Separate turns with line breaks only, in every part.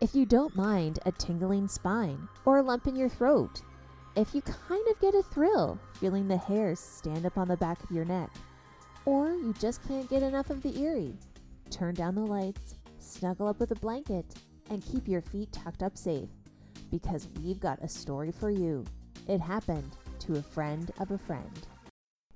If you don't mind a tingling spine or a lump in your throat, if you kind of get a thrill feeling the hairs stand up on the back of your neck, or you just can't get enough of the eerie, turn down the lights, snuggle up with a blanket, and keep your feet tucked up safe because we've got a story for you. It happened to a friend of a friend.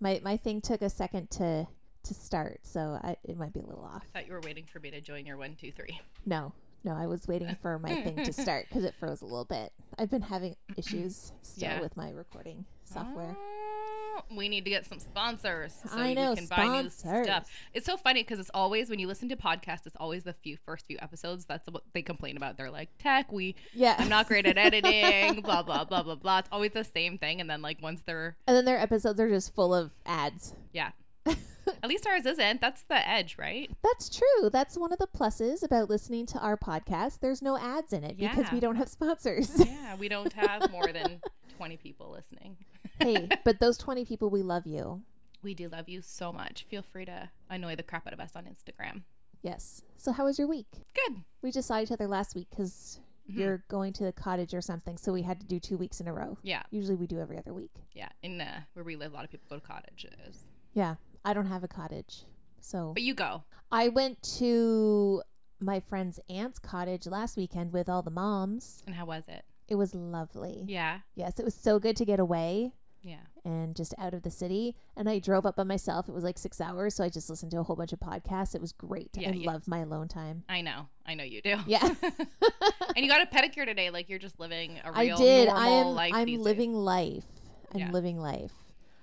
My, my thing took a second to, to start, so I, it might be a little off.
I thought you were waiting for me to join your one, two, three.
No, no, I was waiting for my thing to start because it froze a little bit. I've been having issues still
Yeah.
with my recording software.
Oh, we need to get some sponsors so
I know,
we can buy new
sponsors.
stuff. It's so funny because it's always when you listen to podcasts, it's always the few first few episodes. That's what they complain about. They're like, tech, we
Yeah.
I'm not great at editing, blah blah blah blah blah. It's always the same thing, and then like once they're
and then their episodes are just full of ads.
yeah. At least ours isn't. That's the edge, right?
That's true. That's one of the pluses about listening to our podcast. There's no ads in it because
Yeah.
we don't have sponsors.
Yeah, we don't have more than 20 people listening.
hey, but those 20 people, we love you.
We do love you so much. Feel free to annoy the crap out of us on Instagram.
Yes. So, how was your week?
Good.
We just saw each other last week because
Mhm.
you're going to the cottage or something. So, we had to do two weeks in a row.
Yeah,
Usually, we do every other week.
yeah. In uh, where we live, a lot of people go to cottages.
Yeah. I don't have a cottage. So,
But you go.
I went to my friend's aunt's cottage last weekend with all the moms.
And how was it?
It was lovely.
Yeah,
Yes, it was so good to get away.
yeah.
and just out of the city. And I drove up by myself. It was like six hours. So I just listened to a whole bunch of podcasts. It was great.
Yeah,
I
yeah.
love my alone time.
I know. I know you do.
Yeah.
and you got a pedicure today. Like you're just living a
I
real
did.
normal
I am
life.
I'm
these days.
living life. I'm
Yeah.
living life.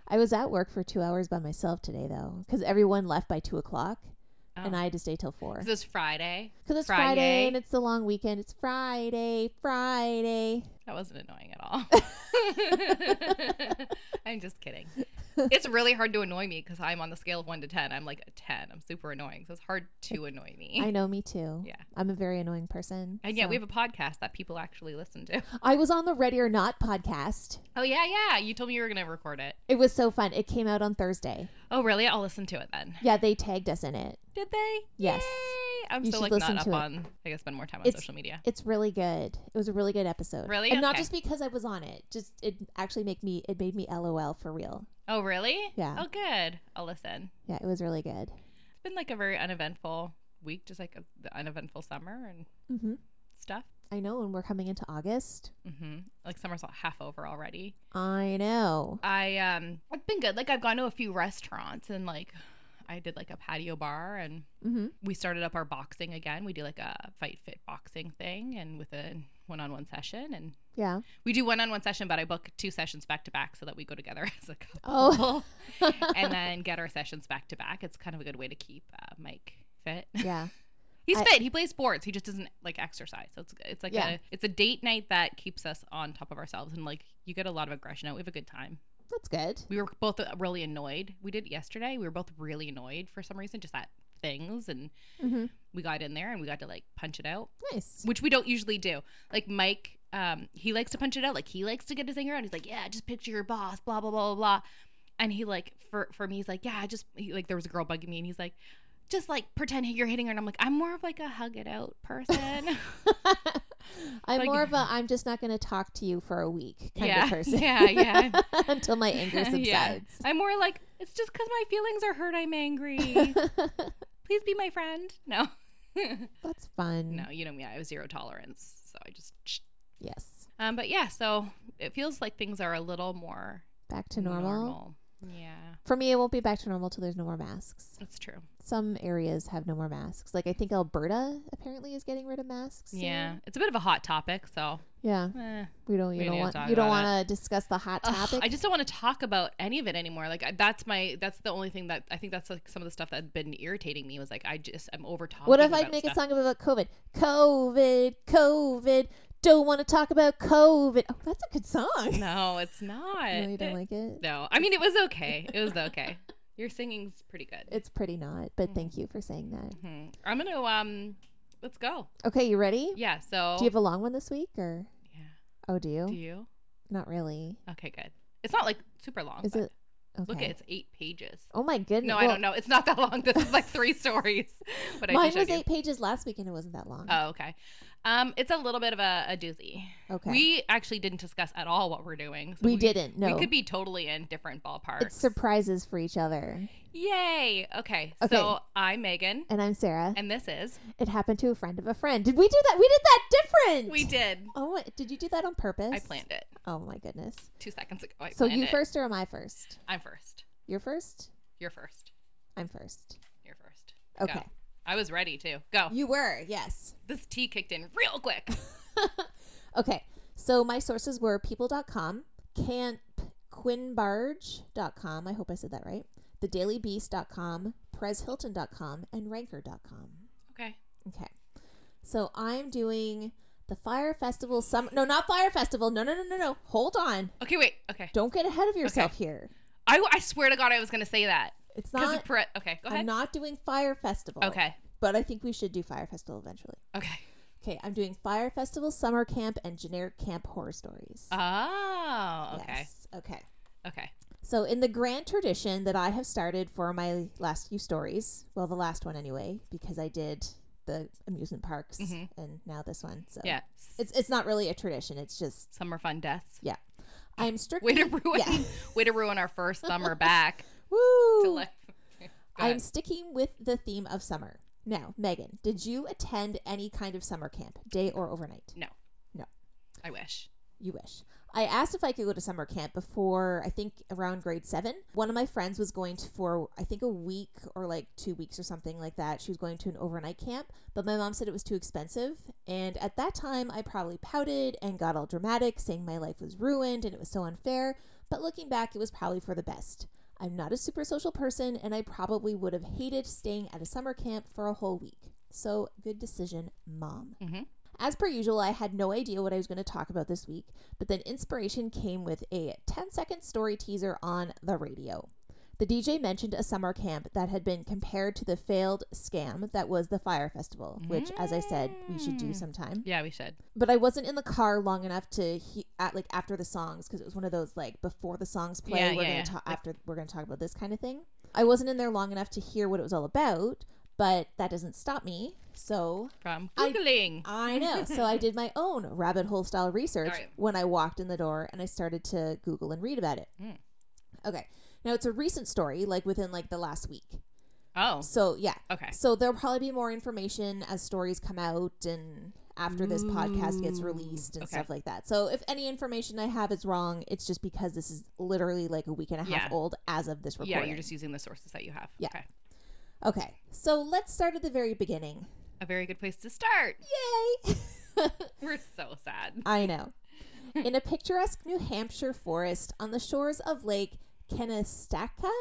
I was at work for two hours by myself today, though, because everyone left by two o'clock
Oh.
and I had to stay till four.
'Cause it's Friday.
Because it's Friday.
Friday.
and it's the long weekend. It's Friday, Friday.
That wasn't annoying at all. I'm just kidding. It's really hard to annoy me because I'm on the scale of one to ten. I'm like a ten. I'm super annoying, so it's hard to annoy me.
I know, me too.
Yeah.
I'm a very annoying person.
and yeah,
so-
we have a podcast that people actually listen to.
I was on the Ready or Not podcast.
Oh yeah, yeah. You told me you were gonna record it.
It was so fun. It came out on Thursday.
Oh really? I'll listen to it then.
Yeah, they tagged us in it.
Did they?
Yes.
Yay! I'm
You
so
should
like
listen
not
to
up
it.
on. I guess spend more time on
It's-
social media.
It's really good. It was a really good episode.
Really?
and not
Okay.
just because I was on it. Just it actually make me it made me LOL for real.
Oh really?
Yeah.
Oh good. I'll listen.
Yeah, it was really good.
It's been like a very uneventful week, just like a, the uneventful summer and
hmm
stuff.
I know, and we're coming into August.
hmm Like summer's all half over already.
I know.
I um, it's been good. Like I've gone to a few restaurants and like, I did like a patio bar and
hmm
we started up our boxing again. We do like a fight fit boxing thing and with a one on one session and
Yeah.
we do one on one session, but I book two sessions back to back so that we go together as a couple
Oh.
and then get our sessions back to back. It's kind of a good way to keep uh, Mike fit.
yeah.
He's
I-
fit. He plays sports. He just doesn't like exercise. So it's it's like
Yeah.
a it's a date night that keeps us on top of ourselves and like you get a lot of aggression out. We have a good time.
That's good.
We were both uh, really annoyed. We did it yesterday. We were both really annoyed for some reason, just at things, and
hmm
we got in there and we got to like punch it out,
Nice.
which we don't usually do. Like Mike, um, he likes to punch it out. Like he likes to get his anger out. He's like, yeah, just picture your boss, blah blah blah blah. blah. And he like for for me, he's like, yeah, I just he, like there was a girl bugging me, and he's like. Just like pretend you're hitting her, and I'm like, I'm more of like a hug it out person.
I'm
Like-
more of a I'm just not going to talk to you for a week kind
yeah,
of person.
yeah, yeah.
Until my anger subsides.
Yeah. I'm more like, it's just because my feelings are hurt, I'm angry. Please be my friend. No.
That's fun.
no, you know me, I have zero tolerance. So I just.
Yes.
Um, but yeah, so it feels like things are a little more
Back to normal.
Yeah,
For me, it won't be back to normal till there's no more masks.
that's true.
some areas have no more masks. Like I think Alberta apparently is getting rid of masks. soon.
Yeah, it's a bit of a hot topic, so.
Yeah.
eh.
We don't you
We need
don't
to
want
talk
you don't
about it.
want to discuss the hot
Ugh,
topic.
I just don't want to talk about any of it anymore. Like I- that's my that's the only thing that I think that's like some of the stuff that's been irritating me was like I just I'm over talking.
what if I
about
make
stuff.
a song about COVID? COVID, COVID. Don't want to talk about COVID. Oh, that's a good song.
No, it's not.
No, you don't like it.
No, I mean it was okay. It was okay. Your singing's pretty good.
It's pretty not, but thank
Mm-hmm.
you for saying that.
Mhm. I'm gonna um, let's go.
Okay, you ready?
Yeah. So
Do you have a long one this week or
yeah.
Oh, do you?
Do you?
Not really.
Okay, good. It's not like super long.
Is
but
it Okay.
Look, at it's eight pages.
Oh my goodness.
No, I don't know. It's not that long. This is like three stories. But I
Mine
just
was
showed you.
8 pages last week and it wasn't that long.
Oh, okay. Um, it's a little bit of a, a doozy.
Okay.
We actually didn't discuss at all what we're doing. so
We didn't. No.
We could be totally in different ballparks.
it's surprises for each other.
Yay. Okay.
Okay.
So I'm Megan,
And I'm Sarah.
and this is.
it happened to a friend of a friend. Did we do that? We did that different.
We did.
Oh, did you do that on purpose?
I planned it
Oh my goodness.
two seconds ago. I
so
planned
you
it.
first or am I first?
I'm first.
You're first.
You're first.
I'm first.
You're first. Go.
Okay.
I was ready too. Go.
You were yes.
This tea kicked in real quick.
okay. So my sources were people.com, campquinbarge.com. I hope I said that right. Thedailybeast.com, prezhilton.com, and ranker.com.
Okay.
Okay. So I'm doing the Fire Festival summer. No, not Fire Festival. No, no, no, no, no. Hold on.
Okay. Wait. Okay.
Don't get ahead of yourself here.
I, I swear to God, I was gonna say that
It's
because
not.
of Perez. Okay. Go
I'm
ahead.
not doing Fire Festival.
Okay.
But I think we should do Fire Festival eventually.
Okay.
Okay, I'm doing Fire Festival Summer Camp and Generic Camp Horror Stories.
Oh. Okay.
Yes. Okay.
Okay.
So, in the grand tradition that I have started for my last few stories, well, the last one anyway, because I did the amusement parks
Mhm.
and now this one. So,
Yeah.
it's, it's not really a tradition. It's just,
Summer fun deaths.
yeah. I'm strictly.
Way to ruin.
Yeah.
Way to ruin our first summer back
Woo!
to life. Go
I'm
ahead.
sticking with the theme of summer. Now, Megan, did you attend any kind of summer camp, day or overnight?
No.
No.
I wish.
You wish. I asked if I could go to summer camp before, I think around grade seven. One of my friends was going to, for I think a week or like two weeks or something like that. She was going to an overnight camp, but my mom said it was too expensive. And at that time, I probably pouted and got all dramatic, saying my life was ruined and it was so unfair. But looking back, it was probably for the best. I'm not a super social person, and I probably would have hated staying at a summer camp for a whole week. So, good decision, mom.
Mm-hmm.
As per usual, I had no idea what I was going to talk about this week, but then inspiration came with a 10 second story teaser on the radio. The DJ mentioned a summer camp that had been compared to the failed scam that was the Fire Festival, which, as I said, we should do
Mm.
sometime.
Yeah, we should.
But I wasn't in the car long enough to he- at, like after the songs because it was one of those like before the songs play,
Yeah,
we're
yeah,
gonna
yeah.
talk
Like-
after we're gonna talk about this kind of thing. I wasn't in there long enough to hear what it was all about, but that doesn't stop me. So
From
I-
googling.
I know. So I did my own rabbit hole style research
All right.
when I walked in the door and I started to Google and read about it.
Mm.
Okay. Now it's a recent story, like within like the last week.
oh.
So yeah.
Okay.
So there'll probably be more information as stories come out and after this podcast gets
Ooh.
released and
Okay.
stuff like that. So if any information I have is wrong, it's just because this is literally like a week and a half
Yeah.
old as of this recording.
Yeah, you're just using the sources that you have.
Yeah.
Okay.
okay. So let's start at the very beginning.
A very good place to start.
Yay!
We're so sad.
I know. In a picturesque New Hampshire forest on the shores of Lake Kennistaka,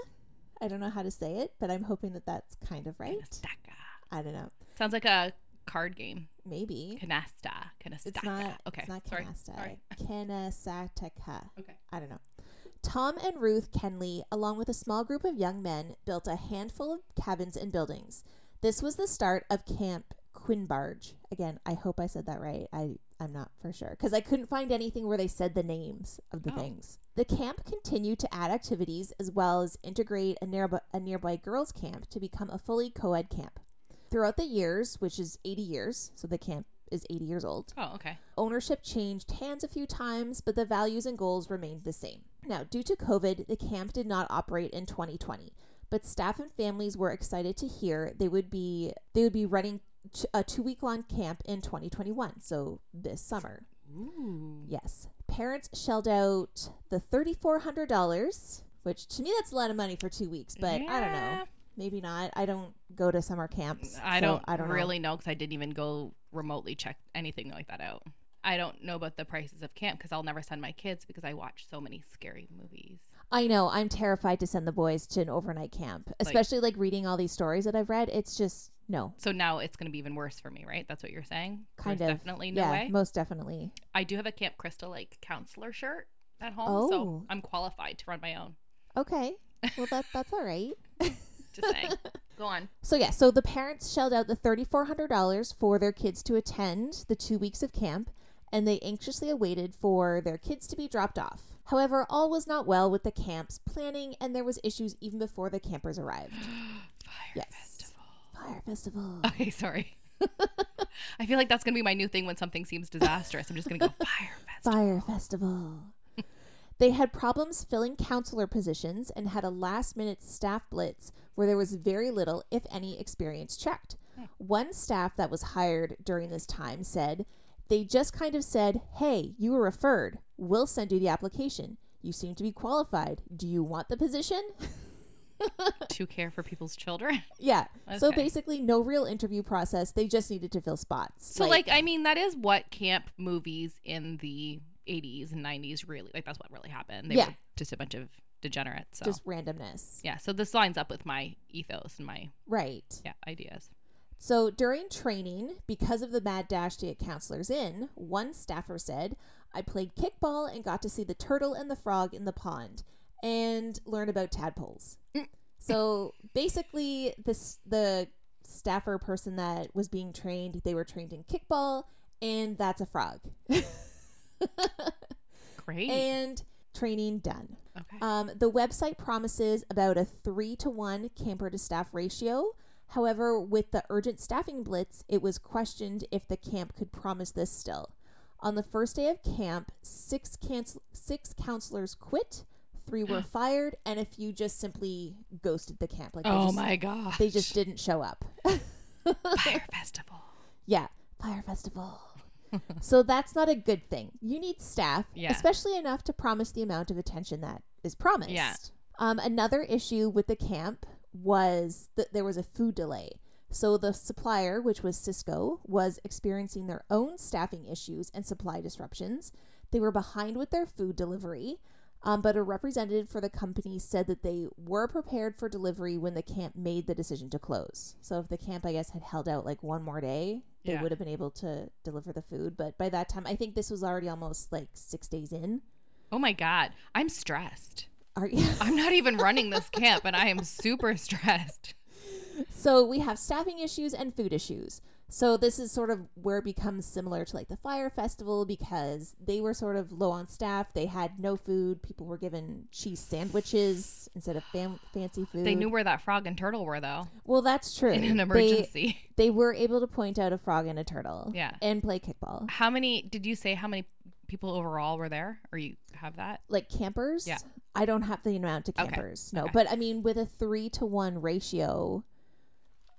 I don't know how to say it, but I'm hoping that that's kind of right.
Kanastaka.
I don't know.
Sounds like a card game.
Maybe
Canasta. Canastaka.
it's not.
okay.
It's not
Sorry.
Canasta.
Sorry.
Kennesataka.
Okay.
I don't know. Tom and Ruth Kenley, along with a small group of young men, built a handful of cabins and buildings. This was the start of Camp Quinbarge. Again, I hope I said that right. I, I'm not for sure because I couldn't find anything where they said the names of the
Oh.
things. The camp continued to add activities as well as integrate a, nearby a nearby girls' camp to become a fully co ed camp. Throughout the years, which is 80 years, so the camp is 80 years old,
Oh, okay.
Ownership changed hands a few times, but the values and goals remained the same. Now, due to COVID, the camp did not operate in 2020, but staff and families were excited to hear they would be they would be running t- a two-week-long camp in 2021, so this summer.
Ooh.
Yes. Parents shelled out the $3400, which to me that's a lot of money for 2 weeks, but I don't know.
Yeah.
Maybe not. I don't go to summer camps.
I
so
don't,
I don't know.
really know because I didn't even go remotely check anything like that out. I don't know about the prices of camp because I'll never send my kids because I watch so many scary movies.
I know. I'm terrified to send the boys to an overnight camp, especially like reading all these stories that I've read. It's just no,
So now it's going to be even worse for me, right? That's what you're saying?
kind
There's
of.
Definitely no
yeah,
way.
most definitely.
I do have a Camp Crystal like counselor shirt at home,
Oh.
so I'm qualified to run my own.
Okay, well that that's all right.
Just saying. Go on.
So yeah, so the parents shelled out the thirty-four hundred dollars for their kids to attend the two weeks of camp, and they anxiously awaited for their kids to be dropped off. However, all was not well with the camp's planning, and there was issues even before the campers arrived.
Fire
Yes.
festival.
Fire festival.
Okay, sorry. I feel like that's gonna be my new thing when something seems disastrous. I'm just gonna go fire fest.
Fire Festival. they had problems filling counselor positions and had a last minute staff blitz where there was very little, if any, experience checked. One staff that was hired during this time said, They just kind of said, Hey, you were referred. We'll send you the application. You seem to be qualified. Do you want the position?
to care for people's children.
yeah. So
Okay.
basically, no real interview process. They just needed to fill spots.
So like, I mean, that is what camp movies in the 80s and 90s really like. That's what really happened. They
Yeah.
were just a bunch of degenerates. So.
just randomness.
yeah, so this lines up with my ethos and my
Right.
yeah ideas.
So during training, because of the mad dash to get counselors in, one staffer said, I played kickball and got to see the turtle and the frog in the pond and learn about tadpoles. so basically, this the staffer person that was being trained, they were trained in kickball, and that's a frog.
Great.
and training done.
okay.
Um, the website promises about a three to one camper to staff ratio. However, with the urgent staffing blitz, it was questioned if the camp could promise this still. On the first day of camp, six cancel- six counselors quit, three were fired, and a few just simply ghosted the camp. Like they
oh
just-
my god.
they just didn't show up.
fire festival.
Yeah, fire festival. so that's not a good thing. You need staff,
Yeah.
especially enough to promise the amount of attention that is promised.
Yeah.
Um, another issue with the camp was that there was a food delay. So the supplier, which was Cisco, was experiencing their own staffing issues and supply disruptions. They were behind with their food delivery, um, but a representative for the company said that they were prepared for delivery when the camp made the decision to close. So if the camp, I guess, had held out like one more day, they
Yeah.
would have been able to deliver the food. But by that time, I think this was already almost like six days in.
Oh my god. I'm stressed.
Are you?
I'm not even running this camp and I am super stressed.
So we have staffing issues and food issues. So this is sort of where it becomes similar to like the fire festival because they were sort of low on staff. They had no food. People were given cheese sandwiches instead of fam- fancy food.
They knew where that frog and turtle were though
Well, that's true.
in an
Mm. They-
emergency.
They, were able to point out a frog and a turtle.
Yeah.
And play kickball.
How many did you say how many people overall were there? Or you have that?
Like campers.
Yeah.
I don't have the amount of
Okay.
campers. No,
Okay.
but I mean with a three to one ratio.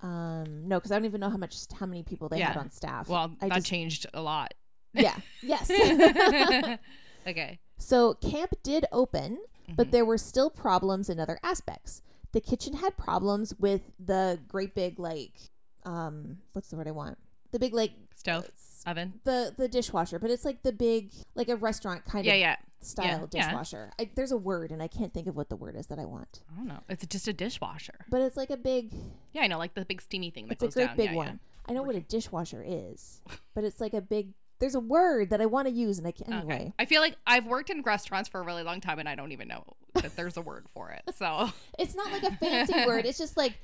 Um, no, because I don't even know how much how many people they had
Yeah.
on staff.
Well,
I
that
just-
changed a lot.
yeah. Yes.
okay.
So camp did open, but
Mhm.
there were still problems in other aspects. The kitchen had problems with the great big like um what's the word I want? The big like
Stove,
s-
oven.
the the dishwasher, but it's like the big like a restaurant kind
Yeah,
of
yeah.
style
yeah.
dishwasher. I, there's a word and I can't think of what the word is that I want.
I don't know. It's just a dishwasher.
But it's like a big
Yeah, I know, like the big steamy thing that
it's a
goes
great
down.
big
Yeah, yeah.
one. I know what a dishwasher is, but it's like a big there's a word that I want to use and I can't
Okay.
anyway.
I feel like I've worked in restaurants for a really long time and I don't even know that there's a word for it. So
It's not like a fancy word. It's just like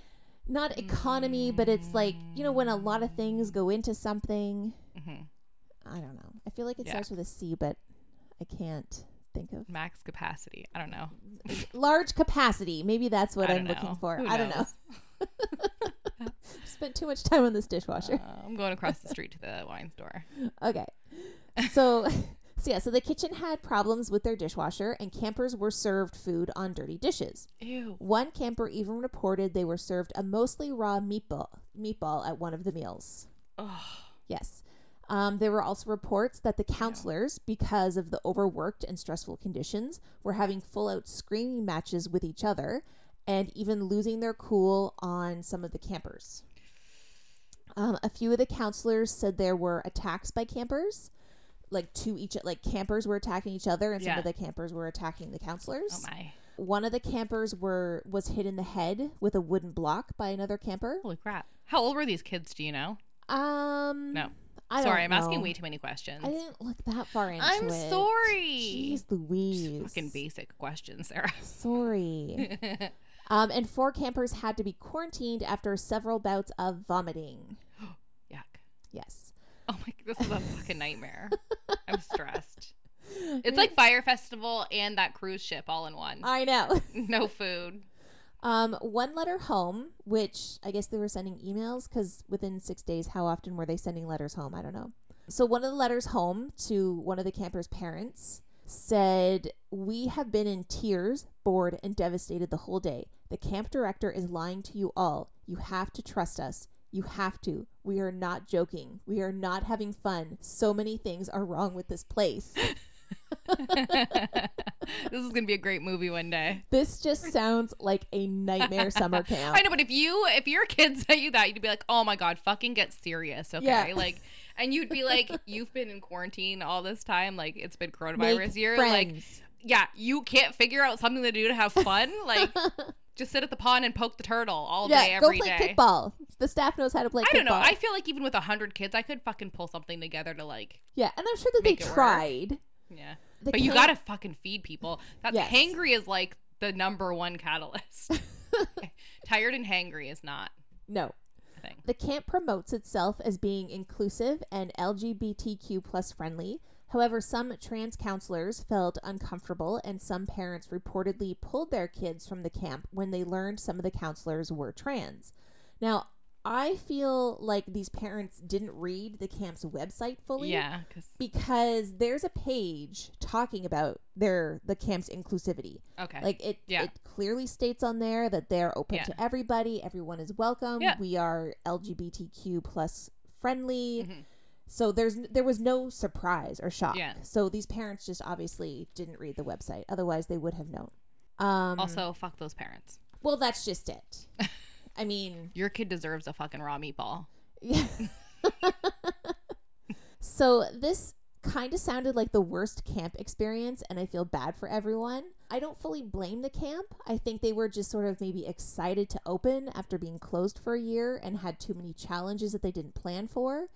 not economy, but it's like you know when a lot of things go into something.
Mhm.
I don't know. I feel like it
Yeah.
starts with a C, but I can't think of
max capacity. I don't know.
large capacity. Maybe that's what
I
I'm
don't
looking
know.
for.
Who
I don't know.
knows?
Spent too much time on this dishwasher.
Uh, I'm going across the street to the wine store.
Okay. So, so yeah. So the kitchen had problems with their dishwasher, and campers were served food on dirty dishes.
Ew.
One camper even reported they were served a mostly raw meatball meatball at one of the meals.
Oh,
Yes. Um, there were also reports that the counselors, because of the overworked and stressful conditions, were having full out screaming matches with each other and even losing their cool on some of the campers. Um, a few of the counselors said there were attacks by campers, like two each, like campers were attacking each other, and some
Yeah.
of the campers were attacking the counselors.
oh my.
One of the campers were was hit in the head with a wooden block by another camper.
Holy crap. How old were these kids? Do you know?
Um,
No.
I
sorry, I'm
don't
asking
know.
way too many questions.
I didn't look that far into
I'm
it.
sorry.
Jeez Louise.
Just fucking basic questions, Sarah.
Sorry. um, and four campers had to be quarantined after several bouts of vomiting.
Yuck.
Yes.
Oh my, this is a fucking nightmare. I'm stressed.
Uh,
It's like Fire Festival and that cruise ship all in one.
I know.
No food.
Um, one letter home, which I guess they were sending emails because within six days, how often were they sending letters home? I don't know. So one of the letters home to one of the camper's parents said, We have been in tears, bored, and devastated the whole day. The camp director is lying to you all. You have to trust us. You have to. We are not joking. We are not having fun. So many things are wrong with this place.
this is gonna be a great movie one day.
This just sounds like a nightmare summer camp.
I know, but if you if your kids said you that, you'd be like, "Oh my god, fucking get serious, okay?"
Yeah.
Like, and you'd be like, "You've been in quarantine all this time. Like, it's been
Make
coronavirus year. Like,
friends.
yeah, you can't figure out something to do to have fun. Like, just sit at the pond and poke the turtle all day
go
every day.
play kickball. The staff knows how to play
I
kickball.
don't know. I feel like even with a hundred kids, I could fucking pull something together to like,
yeah, and I'm sure that they
Make it work.
tried.
yeah.
The
but you
camp-
gotta fucking feed people. That
Yes.
hangry is like the number one catalyst. Tired and hangry is not
no.
a thing.
The camp promotes itself as being inclusive and LGBTQ plus friendly. However, some trans counselors felt uncomfortable, and some parents reportedly pulled their kids from the camp when they learned some of the counselors were trans. Now, I feel like these parents didn't read the camp's website fully.
Yeah, because
Because there's a page talking about their the camp's inclusivity.
okay,
Like it,
Yeah.
it clearly states on there that they are open
Yeah.
to everybody. Everyone is welcome.
Yeah.
We are LGBTQ plus friendly.
Mhm.
So there's n- there was no surprise or shock.
Yeah.
So these parents just obviously didn't read the website. Otherwise, they would have known. Um,
also fuck those parents.
well, that's just it. I mean,
Your kid deserves a fucking raw meatball.
Yeah. so this kind of sounded like the worst camp experience, and I feel bad for everyone. I don't fully blame the camp. I think they were just sort of maybe excited to open after being closed for a year and had too many challenges that they didn't plan for.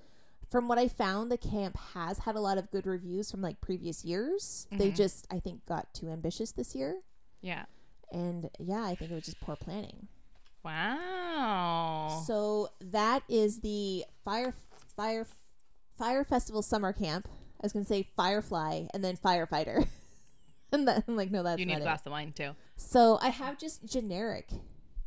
From what I found, the camp has had a lot of good reviews from like previous years. They
Mhm.
just, I think, got too ambitious this year.
Yeah.
And yeah, I think it was just poor planning.
Wow.
So that is the fire fire fire festival summer camp. I was gonna say firefly and then firefighter, and then I'm like, no, that's
you need
not
a
it.
glass of wine too.
So I have just generic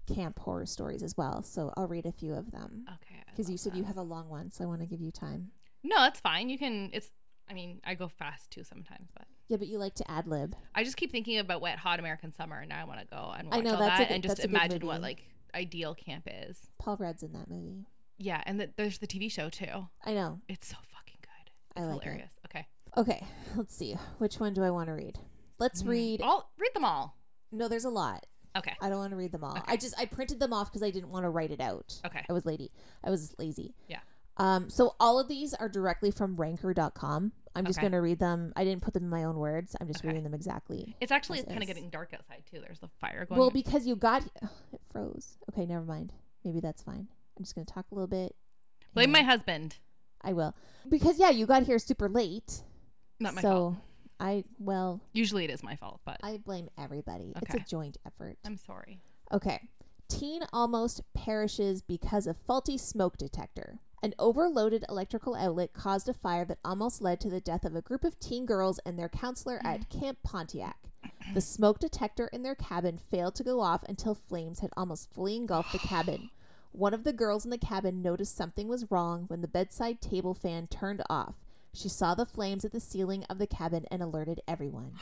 camp horror stories as well. So I'll read a few of them
Okay. Oh, I
because you
love
said
that.
you have a long one, so I want to give you time.
No, that's fine. You can. It's. I mean, I go fast too sometimes, but
Yeah, but you like to ad lib.
I just keep thinking about wet, hot American summer, and now I want to go and
I
watch
know,
all
that's a
that
good-
and just
that's a good
imagine what
movie.
like ideal camp is.
Paul Rudd's in that movie.
Yeah, and that there's the TV show too.
I know.
It's so fucking good.
I
It's
like
hilarious. Okay.
it. Okay, let's see. Which one do I want to read?
Mm.
Let's read.
All read them all.
No, there's a lot.
Okay.
I don't want to read them all.
Okay.
I just I printed them off because I didn't want to write it out.
Okay.
I was lady. I was lazy.
Yeah.
Um, so all of these are directly from ranker.com. I'm just
Okay.
going to read them. I didn't put them in my own words. I'm just
Okay.
reading them exactly.
It's actually
This
kind of
is-
getting dark outside too. There's the fire going.
Well, because you got it froze. Okay, never mind. Maybe that's fine. I'm just going to talk a little bit.
Blame
and
my husband.
I will. Because yeah, you got here super late.
Not my
so
fault.
I well,
Usually it is my fault, but
I blame everybody. It's
Okay.
a joint effort.
I'm sorry.
Okay. Teen almost perishes because of faulty smoke detector. An overloaded electrical outlet caused a fire that almost led to the death of a group of teen girls and their counselor at Camp Pontiac. The smoke detector in their cabin failed to go off until flames had almost fully engulfed the cabin. One of the girls in the cabin noticed something was wrong when the bedside table fan turned off. She saw the flames at the ceiling of the cabin and alerted everyone.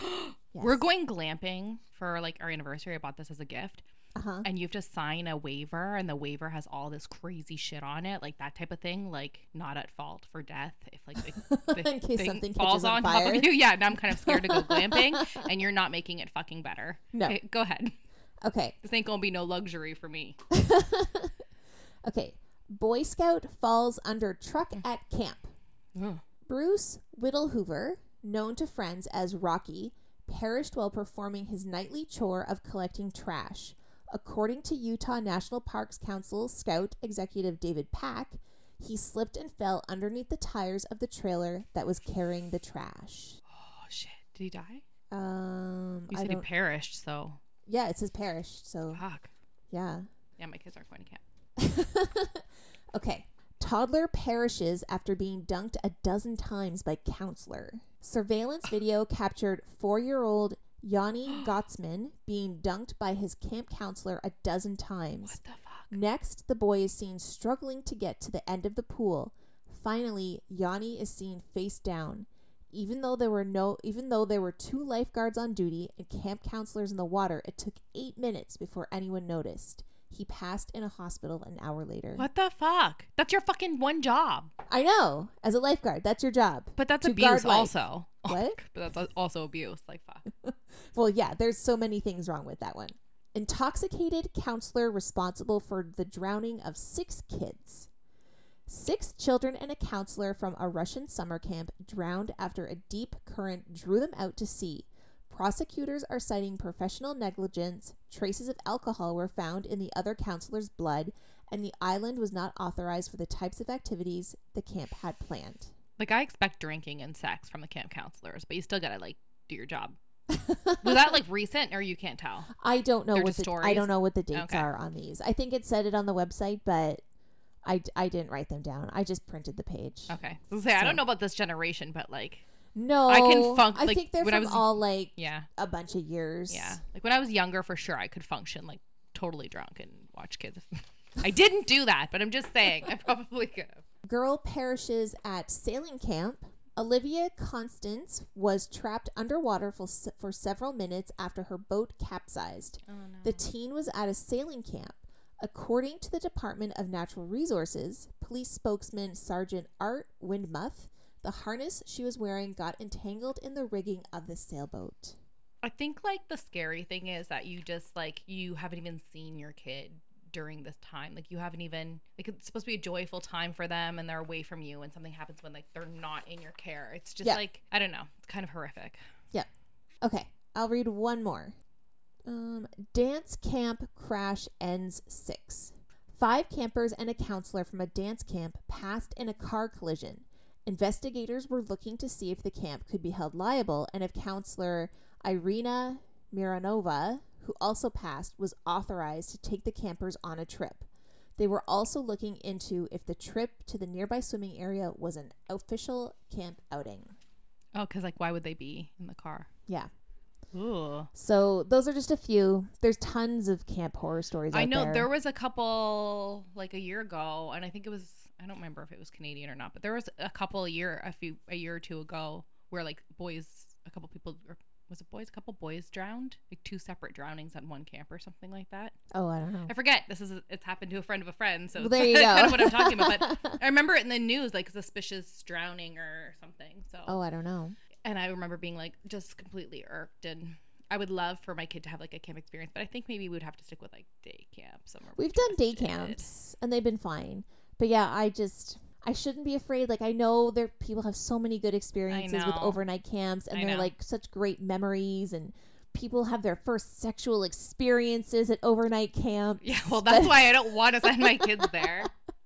We're
Yes.
going glamping for like our anniversary. I bought this as a gift,
Uh-huh.
and you have to sign a waiver, and the waiver has all this crazy shit on it, like that type of thing, like not at fault for death if like the, the
In case
thing
something
falls
catches on
on top
fire.
of you. Yeah, now I'm kind of scared to go glamping, and you're not making it fucking better.
No.
Okay, go ahead.
Okay.
This ain't gonna be no luxury for me.
Okay. Boy Scout falls under truck
Mm.
at camp.
Ugh.
Bruce Whittlehoover, known to friends as Rocky, perished while performing his nightly chore of collecting trash. According to Utah National Parks Council Scout Executive David Pack, he slipped and fell underneath the tires of the trailer that was carrying the trash.
Oh shit! Did he die?
Um,
You
I
said he
don't.
perished. So
yeah, it says perished. So
fuck.
yeah.
Yeah, my kids aren't going to camp.
Okay. Toddler perishes after being dunked a dozen times by counselor. Surveillance video captured four year old Yanni Gottsman being dunked by his camp counselor a dozen times.
What the fuck?
Next, the boy is seen struggling to get to the end of the pool. Finally, Yanni is seen face down. Even though there were no even though there were two lifeguards on duty and camp counselors in the water, it took 8 minutes before anyone noticed. He passed in a hospital an hour later.
What the fuck? That's your fucking one job.
I know. As a lifeguard, that's your job.
But that's
To guard
abuse
life.
also. Oh,
What?
But that's also abuse. Like fuck.
Well, yeah, there's so many things wrong with that one. Intoxicated counselor responsible for the drowning of six kids. Six children and a counselor from a Russian summer camp drowned after a deep current drew them out to sea. Prosecutors are citing professional negligence, traces of alcohol were found in the other counselor's blood, and the island was not authorized for the types of activities the camp had planned.
Like I expect drinking and sex from the camp counselors, but you still gotta like do your job. Was that like recent or you can't tell?
I don't know
They're
what
just
the, I
stories?
don't know what the dates
Okay.
are on these. I think it said it on the website, but I, d- I didn't write them down. I just printed the page.
Okay. I was gonna say, I
So-
don't know about this generation, but like
No,
I can func-
I
like,
think they're
when
from
I was-
all like
yeah.
a bunch of years.
Yeah. Like when I was younger for sure I could function like totally drunk and watch kids. I didn't do that, but I'm just saying I probably could have.
Girl perishes at sailing camp. Olivia Constance was trapped underwater for, s- for several minutes after her boat capsized.
Oh no.
The teen was at a sailing camp. According to the Department of Natural Resources, police spokesman Sergeant Art Windmuth, the harness she was wearing got entangled in the rigging of the sailboat.
I think like the scary thing is that you just like you haven't even seen your kid during this time. Like you haven't even like it's supposed to be a joyful time for them and they're away from you and something happens when like they're not in your care. It's just
Yeah.
like I don't know. It's kind of horrific.
Okay, I'll read one more. Um, dance camp crash ends six. Five campers and a counselor from a dance camp passed in a car collision. Investigators were looking to see if the camp could be held liable and if counselor Irina Miranova, who also passed, was authorized to take the campers on a trip. They were also looking into if the trip to the nearby swimming area was an official camp outing.
Oh, cuz like why would they be in the car?
Yeah.
Ooh.
So those are just a few. There's tons of camp horror stories.
I
out
know
there.
there. was a couple like a year ago, and I think it was I don't remember if it was Canadian or not, but there was a couple a year a few a year or two ago where like boys a couple people or was it boys a couple boys drowned like two separate drownings at one camp or something like that.
Oh, I don't know.
I forget this is it's happened to a friend of a friend, so
Well,
it's
there you go.
kind of what I'm talking about. But I remember it in the news like suspicious drowning or something. So
oh, I don't know.
and I remember being like just completely irked and. I would love for my kid to have like a camp experience, but I think maybe we'd have to stick with like day camp somewhere. we
We've done day
trusted.
camps and they've been fine. But yeah, I just I shouldn't be afraid. Like I know there people have so many good experiences with
know.
overnight camps and
I
they're
know.
like such great memories and people have their first sexual experiences at overnight camp.
Yeah, well, that's why I don't want to send my kids there.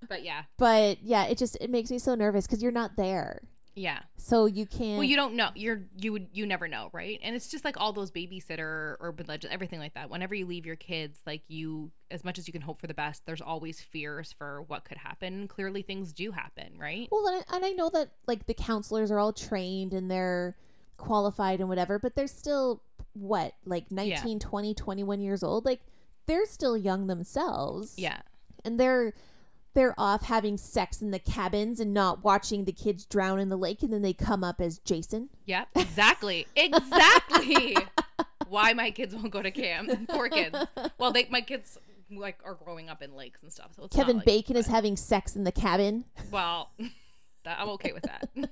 But yeah,
But yeah, it just it makes me so nervous cuz you're not there.
yeah.
So you can't
Well, you don't know. You're you would you never know, right? And it's just like all those babysitter, urban legends, everything like that. Whenever you leave your kids, like you, as much as you can hope for the best, there's always fears for what could happen. Clearly, things do happen, right?
Well, and I, and I know that like the counselors are all trained and they're qualified and whatever, but they're still what like 19, 20, 21 years old. Like they're still young themselves.
Yeah,
And they're they're off having sex in the cabins and not watching the kids drown in the lake and then they come up as Jason.
yeah, exactly, exactly. Why my kids won't go to camp? Poor kids. Well, they my kids like are growing up in lakes and stuff. So it's not,
Kevin
like,
Bacon is
fun.
having sex in the cabin.
Well, that, I'm okay with that.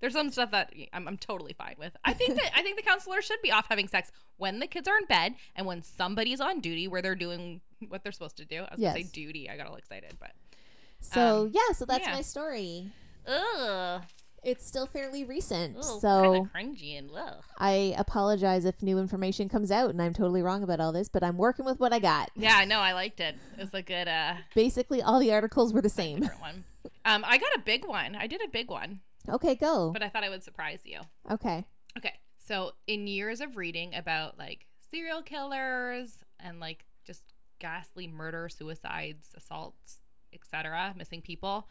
There's some stuff that I'm, I'm totally fine with. I think that I think the counselor should be off having sex when the kids are in bed and when somebody's on duty where they're doing what they're supposed to do. I was gonna
Yes.
say duty. I got all excited, but
So,
Um,
yeah, so that's
yeah.
my story.
ugh,
It's still fairly recent.
ugh
so
kind of cringy and ugh.
I apologize if new information comes out and I'm totally wrong about all this, but I'm working with what I got.
Yeah, no, I liked it. It was a good uh,
Basically, all the articles were the same.
different one. Um, I got a big one. I did a big one,
Okay, go.
but I thought I would surprise you.
Okay.
Okay. So, in years of reading about like serial killers and like just ghastly murder, suicides, assaults, etc., missing people,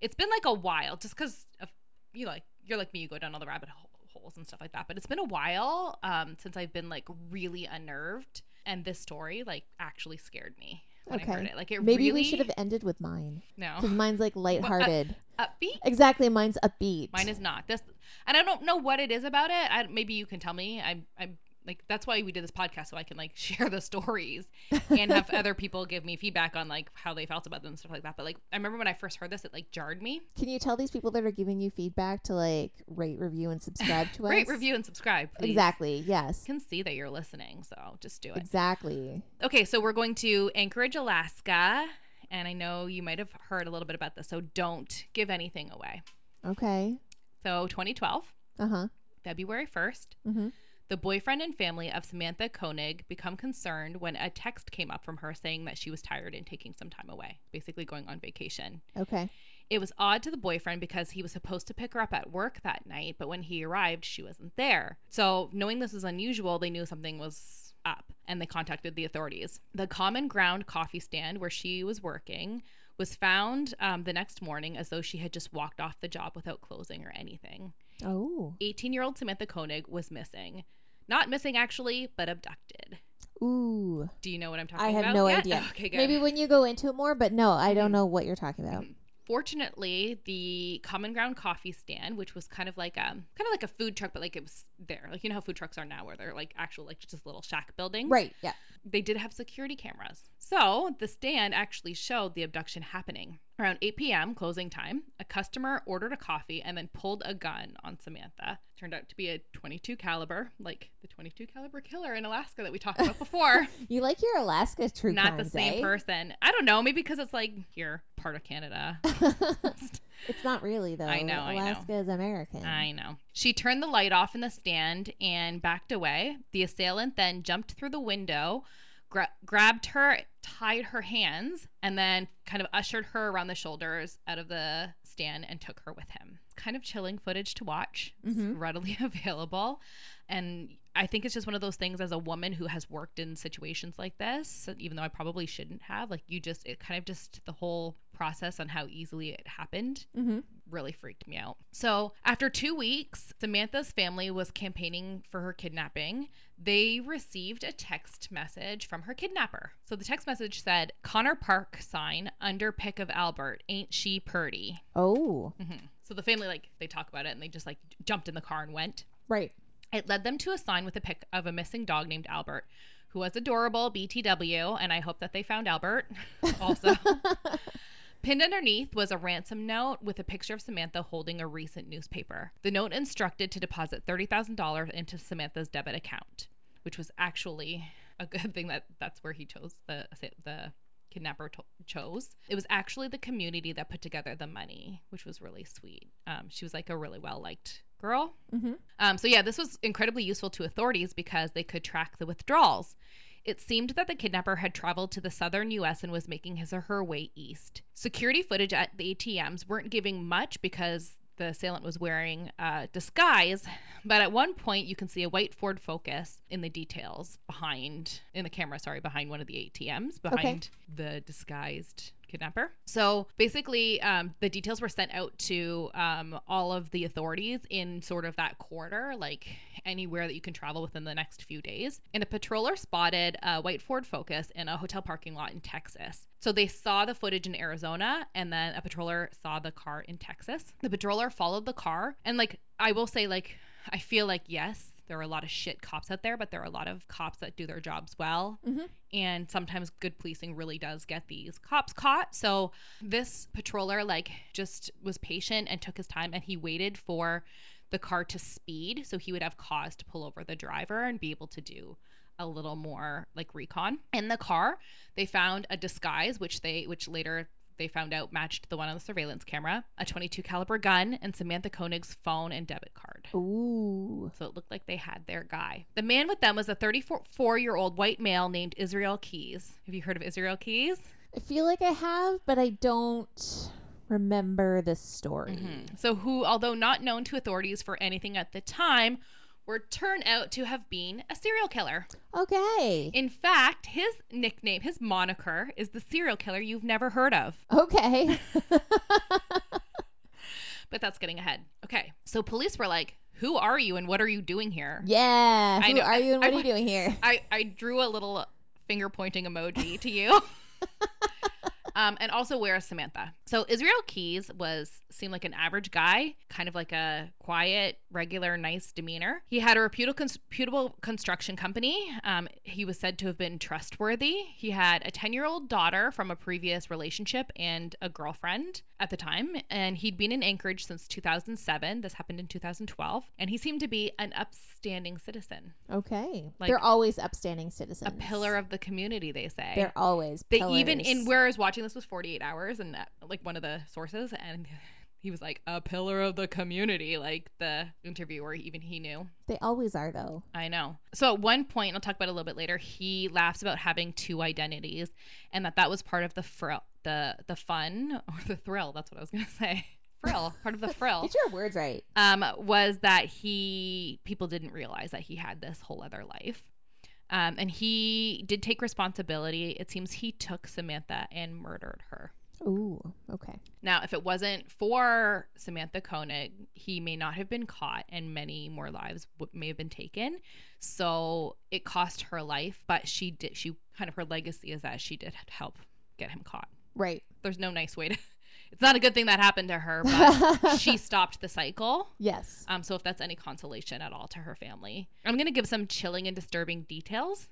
it's been like a while just cuz of you know, like you're like me, you go down all the rabbit ho- holes and stuff like that. But it's been a while um, since I've been like really unnerved, and this story like actually scared me when I heard
Okay.
it. Like it
Maybe
really
we should have ended with mine because
no
mine's like lighthearted.
upbeat.
exactly, mine's upbeat.
Mine is not this, and I don't know what it is about it. I, maybe you can tell me. I'm I'm like that's why we did this podcast so I can like share the stories and have other people give me feedback on like how they felt about them and stuff like that. But like I remember when I first heard this, it like jarred me.
Can you tell these people that are giving you feedback to like rate, review, and subscribe to us?
Rate, review, and subscribe. Please.
Exactly. Yes.
can see that you're listening, so just do it.
Exactly.
Okay, so we're going to Anchorage, Alaska, and I know you might have heard a little bit about this, so don't give anything away.
Okay.
So, 2012,
Uh huh.
February 1st,
Mm-hmm.
the boyfriend and family of Samantha Koenig become concerned when a text came up from her saying that she was tired and taking some time away, basically going on vacation.
Okay.
It was odd to the boyfriend because he was supposed to pick her up at work that night, but when he arrived, she wasn't there. So, knowing this was unusual, they knew something was up and they contacted the authorities. The Common Ground coffee stand where she was working was found um, the next morning as though she had just walked off the job without closing or anything.
Oh.
18 year old Samantha Koenig was missing. Not missing, actually, but abducted.
Ooh.
Do you know what I'm talking
I
about?
have no
yet?
idea.
Okay, good.
Maybe when you go into it more, but no, I don't
Mhm.
know what you're talking about.
Mhm. fortunately the common ground coffee stand which was kind of like um kind of like a food truck but like it was there like you know how food trucks are now where they're like actual like just little shack buildings
Right. Yeah.
they did have security cameras so the stand actually showed the abduction happening around 8 p.m closing time a customer ordered a coffee and then pulled a gun on samantha turned out to be a 22 caliber like the 22 caliber killer in alaska that we talked about before
You like your Alaska true
not the
crimes,
same
eh?
person i don't know maybe because it's like here part of canada
it's not really though.
I know, I know.
Alaska is American.
I know. She turned the light off in the stand and backed away. The assailant then jumped through the window, gra- grabbed her, tied her hands, and then kind of ushered her around the shoulders out of the stand and took her with him. Kind of chilling footage to watch. It's
Mhm.
readily available. And I think it's just one of those things as a woman who has worked in situations like this, even though I probably shouldn't have, like you just, it kind of just the whole process on how easily it happened
Mm-hmm.
really freaked me out. So, after two weeks, Samantha's family was campaigning for her kidnapping. They received a text message from her kidnapper. So, the text message said, Connor Park sign under pick of Albert. Ain't she purty?
Oh.
hmm So, the family, like, they talk about it and they just, like, jumped in the car and went.
Right.
It led them to a sign with a pic of a missing dog named Albert, who was adorable, BTW, and I hope that they found Albert also. Pinned underneath was a ransom note with a picture of Samantha holding a recent newspaper. The note instructed to deposit $30,000 into Samantha's debit account, which was actually a good thing that that's where he chose the the kidnapper to- chose. It was actually the community that put together the money, which was really sweet. Um, she was like a really well liked girl.
Mm-hmm.
Um, so, yeah, this was incredibly useful to authorities because they could track the withdrawals. It seemed that the kidnapper had traveled to the southern U.S. and was making his or her way east. Security footage at the ATMs weren't giving much because the assailant was wearing a disguise, but at one point you can see a white Ford Focus in the details behind, in the camera, sorry, behind one of the ATMs, behind the disguised kidnapper. So basically, um, the details were sent out to um, all of the authorities in sort of that corridor, like anywhere that you can travel within the next few days. And a patroller spotted a white Ford Focus in a hotel parking lot in Texas. So they saw the footage in Arizona, and then a patroller saw the car in Texas. The patroller followed the car, and like I will say, like I feel like yes. There are a lot of shit cops out there, but there are a lot of cops that do their jobs well and sometimes good policing really does get these cops caught so this patroller like just was patient and took his time and he waited for the car to speed so he would have cause to pull over the driver and be able to do a little more like recon in the car they found a disguise which they which later they found out matched the one on the surveillance camera a 22 caliber gun and samantha koenig's phone and debit card
Ooh.
so it looked like they had their guy. The man with them was a 34 year old white male named Israel Keys. Have you heard of Israel Keys?
I feel like I have, but I don't remember the story.
Mm-hmm. So, who, although not known to authorities for anything at the time, were turned out to have been a serial killer.
Okay.
In fact, his nickname, his moniker, is the serial killer you've never heard of.
okay.
But that's getting ahead. Okay. So, police were like, who are you and what are you doing here?
Yeah.
I
Who
know.
are you and
I-
what are you doing here?
I, I drew a little finger pointing emoji to you. um, and also, where is Samantha? So Israel Keys was seemed like an average guy, kind of like a quiet, regular, nice demeanor. He had a reputable, cons- reputable construction company. Um, he was said to have been trustworthy. He had a ten year old daughter from a previous relationship and a girlfriend at the time, and he'd been in Anchorage since 2007. This happened in 2012, and he seemed to be an upstanding citizen
Okay.
Like,
They're always upstanding citizens.
a pillar of the community they say
They're always
they
pillars.
even in where i was watching this was 48 hours and that, like one of the sources and he was like a pillar of the community like the interviewer even he knew
they always are though.
i know so at one point i'll talk about it a little bit later he laughs about having two identities and that that was part of the frill the the fun or the thrill that's what i was gonna say frill part of the frill
Get your words right.
um, was that he people didn't realize that he had this whole other life. Um, and he did take responsibility. It seems he took Samantha and murdered her.
Ooh. Okay.
Now, if it wasn't for Samantha Koenig, he may not have been caught and many more lives w- may have been taken. So it cost her life, but she did, she kind of her legacy is that she did help get him caught.
Right.
There's no nice way to, it's not a good thing that happened to her, but she stopped the cycle.
yes.
Um, so if that's any consolation at all to her family, I'm going to give some chilling and disturbing details.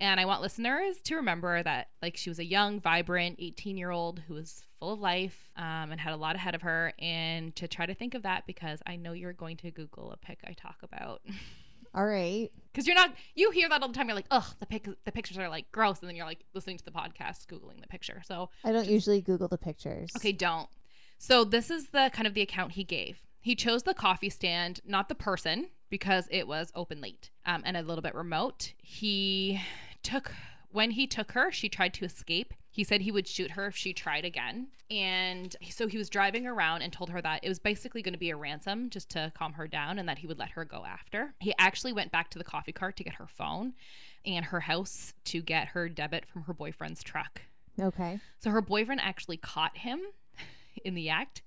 And I want listeners to remember that, like, she was a young, vibrant 18 year old who was full of life um, and had a lot ahead of her. And to try to think of that because I know you're going to Google a pic I talk about.
All right.
Because you're not, you hear that all the time. You're like, ugh, the, pic- the pictures are like gross. And then you're like listening to the podcast, Googling the picture. So
I don't usually Google the pictures.
Okay, don't. So this is the kind of the account he gave. He chose the coffee stand, not the person, because it was open late um, and a little bit remote. He took when he took her, she tried to escape. He said he would shoot her if she tried again. And so he was driving around and told her that it was basically going to be a ransom just to calm her down and that he would let her go after. He actually went back to the coffee cart to get her phone and her house to get her debit from her boyfriend's truck.
Okay.
So her boyfriend actually caught him in the act.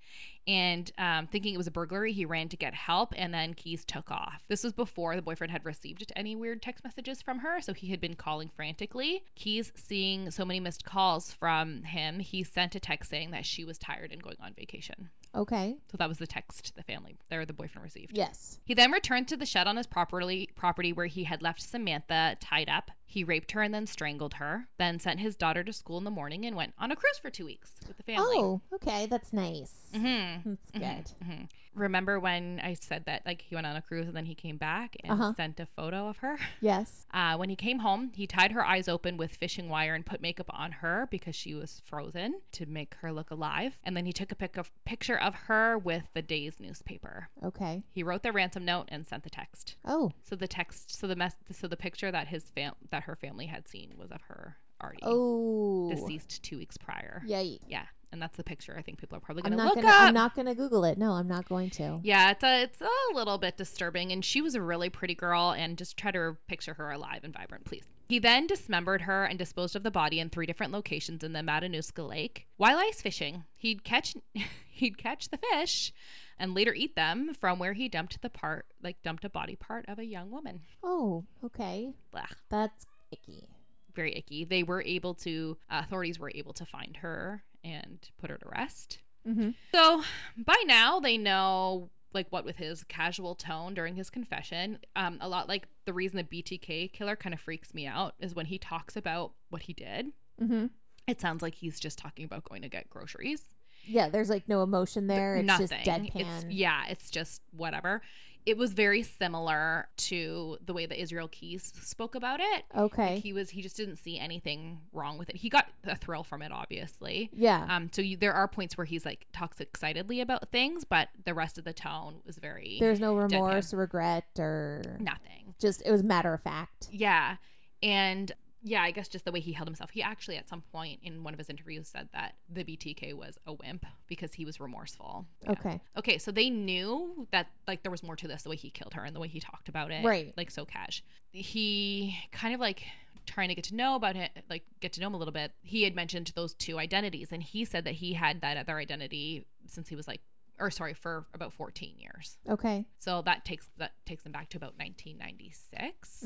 And um, thinking it was a burglary, he ran to get help, and then Keys took off. This was before the boyfriend had received any weird text messages from her, so he had been calling frantically. Keys, seeing so many missed calls from him, he sent a text saying that she was tired and going on vacation.
Okay.
So that was the text the family, or the boyfriend received.
Yes.
He then returned to the shed on his property, property where he had left Samantha tied up. He raped her and then strangled her, then sent his daughter to school in the morning and went on a cruise for two weeks with the family.
Oh, okay. That's nice.
Mhm,
That's
mhm,
good.
mhm. Remember when I said that like he went on a cruise and then he came back and
Uh-huh.
sent a photo of her?
Yes.
Uh, when he came home, he tied her eyes open with fishing wire and put makeup on her because she was frozen to make her look alive. And then he took a pic of, picture of her with the day's newspaper.
Okay.
He wrote the ransom note and sent the text.
Oh.
So the text, so the mess, so the picture that his fam that her family had seen was of her already
Oh.
deceased two weeks prior.
Yikes.
Yeah, and that's the picture. I think people are probably
I'm
gonna
not
look
gonna.
up.
I'm not gonna Google it. No, I'm not going to.
yeah, it's a it's a little bit disturbing. And she was a really pretty girl. And just try to picture her alive and vibrant, please. He then dismembered her and disposed of the body in three different locations in the Matanuska Lake. While ice fishing, he'd catch he'd catch the fish, and later eat them from where he dumped the part like dumped a body part of a young woman.
Oh. Okay.
Blah.
That's icky.
very icky. They were able to, uh, authorities were able to find her and put her to rest.
Mm-hmm.
So by now they know, like, what with his casual tone during his confession, um, a lot like the reason the BTK killer kind of freaks me out is when he talks about what he did.
Mm-hmm.
It sounds like he's just talking about going to get groceries.
Yeah. There's like no emotion there. It's
Nothing.
just deadpan.
It's yeah, it's just whatever. It was very similar to the way that Israel Keys spoke about it.
Okay.
Like he was he just didn't see anything wrong with it. He got a thrill from it, obviously.
yeah.
Um, so you, there are points where he's like talks excitedly about things, but the rest of the tone was very
There's no
deadpan.
remorse, regret, or
nothing.
just it was matter of fact.
Yeah, and yeah, I guess just the way he held himself. He actually at some point in one of his interviews said that the BTK was a wimp because he was remorseful. Yeah.
Okay.
Okay, so they knew that like there was more to this, the way he killed her and the way he talked about it.
Right.
Like so cash. He kind of like trying to get to know about it, like get to know him a little bit. He had mentioned those two identities and he said that he had that other identity since he was like or sorry, for about 14 years.
Okay.
So that takes that takes them back to about 1996,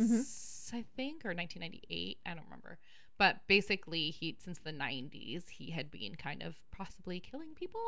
I think, or 1998. I don't remember. But basically, he since the 90s, he had been kind of possibly killing people.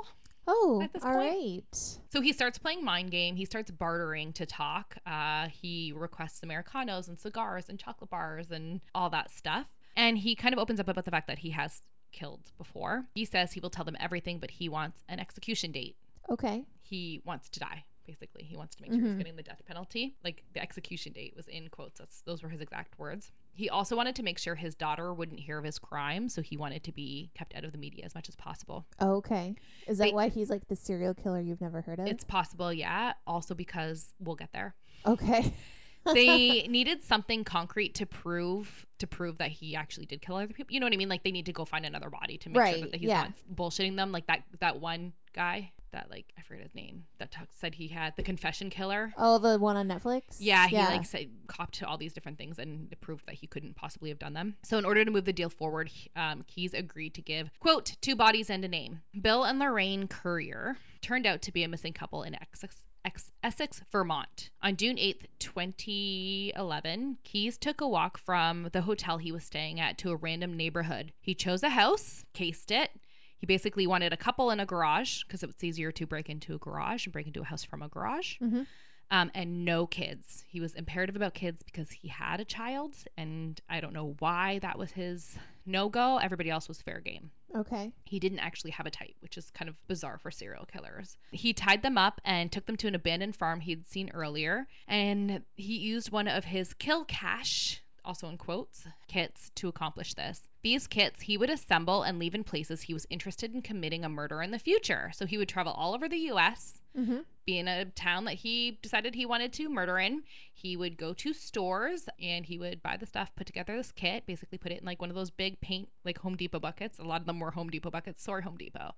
Oh,
At this
all
point-
right.
So he starts playing mind game. He starts bartering to talk. Uh, he requests Americanos and cigars and chocolate bars and all that stuff. And he kind of opens up about the fact that he has killed before. He says he will tell them everything, but he wants an execution date
Okay.
he wants to die basically he wants to make sure
Mhm.
he's getting the death penalty like the execution date was in quotes that's those were his exact words he also wanted to make sure his daughter wouldn't hear of his crime so he wanted to be kept out of the media as much as possible
Okay. Is that
Wait.
why he's like the serial killer you've never heard of?
it's possible yeah also because we'll get there
okay.
they needed something concrete to prove to prove that he actually did kill other people you know what i mean like they need to go find another body to make sure
Right,
that he's
yeah.
not bullshitting them like that that one guy that like i forget his name that talk, said he had the confession killer
Oh, the one on Netflix?
Yeah, he like said, copped to all these different things and it proved that he couldn't possibly have done them. So in order to move the deal forward, he- um, Keys agreed to give quote two bodies and a name. Bill and Lorraine Courier turned out to be a missing couple in Essex. Ex- Essex, Vermont. On June 8th, 2011, Keys took a walk from the hotel he was staying at to a random neighborhood. He chose a house, cased it. He basically wanted a couple in a garage because it was easier to break into a garage and break into a house from a garage
Mhm.
um, and no kids. He was imperative about kids because he had a child, and I don't know why that was his no go. Everybody else was fair game.
Okay.
He didn't actually have a type, which is kind of bizarre for serial killers. He tied them up and took them to an abandoned farm he'd seen earlier, and he used one of his kill cash, also in quotes, kits to accomplish this. These kits he would assemble and leave in places he was interested in committing a murder in the future. So he would travel all over the US
Mm-hmm.
be in a town that he decided he wanted to murder in. He would go to stores and he would buy the stuff, put together this kit, basically put it in like one of those big paint, like Home Depot buckets. A lot of them were Home Depot buckets, sorry, Home Depot.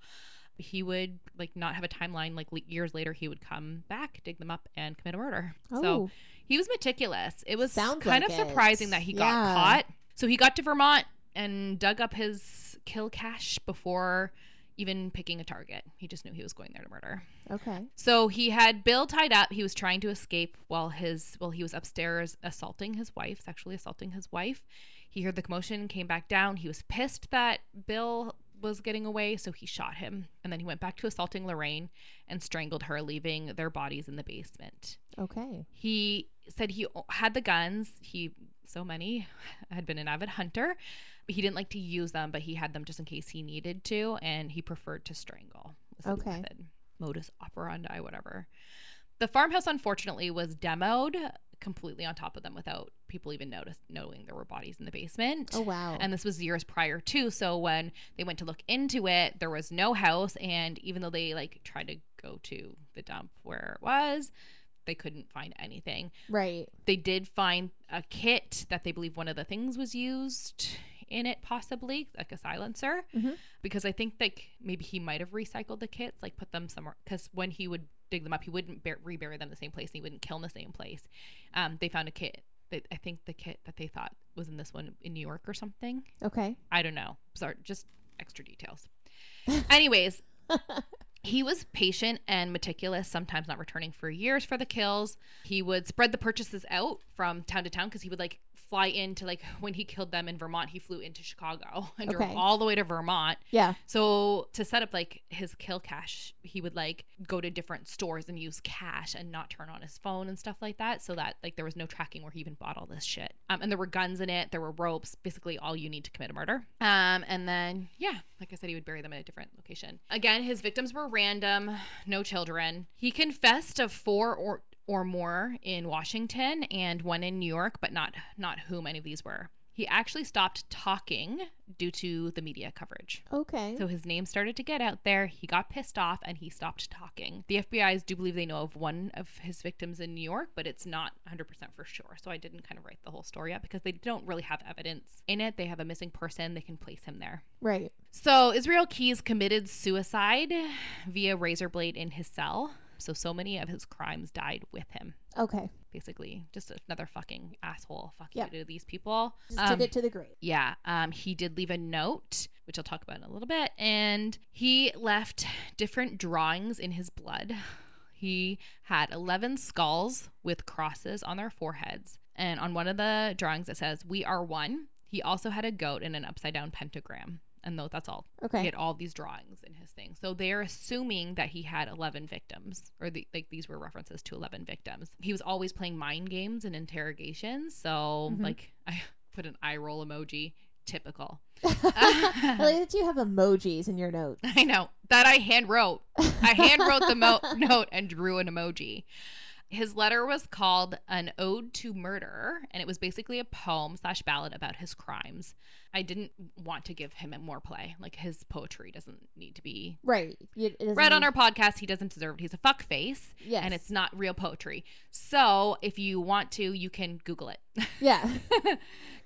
He would like not have a timeline. Like le- years later, he would come back, dig them up, and commit a murder.
Oh,
So he was meticulous. It was
Sounds
kind
like
of
it.
surprising that he got
Yeah.
caught. So he got to Vermont and dug up his kill cache before even picking a target. He just knew he was going there to murder.
okay.
So he had Bill tied up. He was trying to escape while his while he was upstairs assaulting his wife, sexually assaulting his wife. He heard the commotion, came back down. He was pissed that Bill was getting away, so he shot him. And then he went back to assaulting Lorraine and strangled her, leaving their bodies in the basement.
Okay.
He said he o- had the guns. He so many had been an avid hunter. But he didn't like to use them, but he had them just in case he needed to, and he preferred to strangle. was his
Okay.
method. Modus operandi, whatever. The farmhouse, unfortunately, was demoed completely on top of them without people even notice knowing there were bodies in the basement.
Oh, wow.
And this was years prior too. So when they went to look into it, there was no house. And even though they like tried to go to the dump where it was, they couldn't find anything.
right.
They did find a kit that they believe one of the things was used in it, possibly like a silencer,
Mhm.
because I think like maybe he might have recycled the kits, like put them somewhere. Because when he would dig them up, he wouldn't bur- rebury them in the same place, and he wouldn't kill in the same place. Um, they found a kit. That I think the kit that they thought was in this one in New York or something.
Okay.
I don't know. Sorry, just extra details. Anyways, he was patient and meticulous, sometimes not returning for years for the kills. He would spread the purchases out from town to town because he would like fly into like when he killed them in Vermont, he flew into Chicago and drove
Okay.
all the way to Vermont
Yeah.
so to set up like his kill cash, he would like go to different stores and use cash and not turn on his phone and stuff like that, so that like there was no tracking where he even bought all this shit. Um, and there were guns in it, there were ropes, basically all you need to commit a murder. Um, and then yeah, like I said, he would bury them in a different location. Again, his victims were random, no children. He confessed of four or or more in Washington and one in New York, but not not whom any of these were. He actually stopped talking due to the media coverage.
Okay.
So his name started to get out there. He got pissed off and he stopped talking. The FBI's do believe they know of one of his victims in New York, but it's not 100% for sure. So I didn't kind of write the whole story up because they don't really have evidence in it. They have a missing person, they can place him there.
right.
So Israel Keys committed suicide via razor blade in his cell. So so many of his crimes died with him.
Okay.
Basically, just another fucking asshole. Fuck
Yep.
you to these people.
Just
Um,
to get to the grave.
yeah, um, he did leave a note which I'll talk about in a little bit. And he left different drawings in his blood. He had 11 skulls with crosses on their foreheads. And on one of the drawings, it says, We are one. He also had a goat and an upside down pentagram. And tho- that's all. He
Okay.
had all these drawings in his thing. So they're assuming that he had 11 victims, or the, like these were references to 11 victims. He was always playing mind games and interrogations. So,
Mhm.
like, I put an eye roll emoji. Typical.
I like that you have emojis in your notes.
I know that I hand wrote. I hand wrote the mo- note and drew an emoji. His letter was called An Ode to Murder, and it was basically a poem slash ballad about his crimes. I didn't want to give him more play. Like his poetry doesn't need to be
Right. You, it doesn't
read on
need-
our podcast. He doesn't deserve it. He's a fuck face,
Yes.
and it's not real poetry. So if you want to, you can Google it.
Yeah.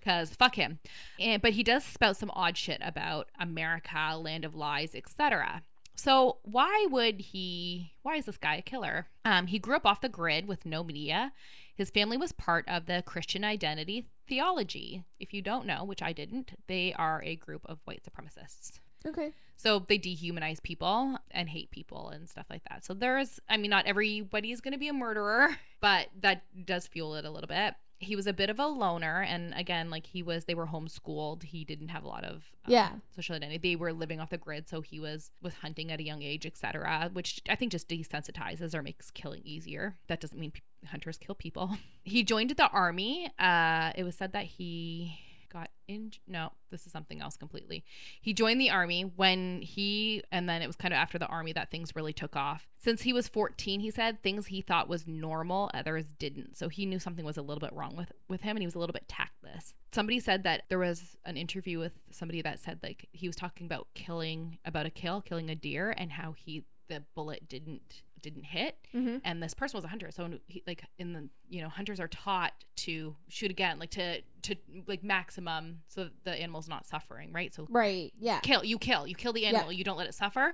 Cause fuck him, and, but he does spout some odd shit about America, land of lies, etc. So why would he? Why is this guy a killer? Um, he grew up off the grid with no media. His family was part of the Christian Identity Theology. If you don't know, which I didn't, they are a group of white supremacists.
Okay.
So they dehumanize people and hate people and stuff like that. So there's, I mean, not everybody's going to be a murderer, but that does fuel it a little bit. He was a bit of a loner. And again, like he was, they were homeschooled. He didn't have a lot of um,
Yeah.
social identity. They were living off the grid. So he was, was hunting at a young age, etc., which I think just desensitizes or makes killing easier. That doesn't mean pe- hunters kill people. He joined the army. Uh, it was said that he got injured. No, this is something else completely he joined the army when he and then it was kind of after the army that things really took off since he was 14 he said things he thought was normal others didn't so he knew something was a little bit wrong with with him and he was a little bit tactless somebody said that there was an interview with somebody that said like he was talking about killing about a kill killing a deer and how he the bullet didn't didn't hit
Mm-hmm.
and this person was a hunter so he, like in the you know hunters are taught to shoot again like to to like maximum so that the animal's not suffering right so
Right. Yeah.
kill you kill you kill the
Yeah.
animal you don't let it suffer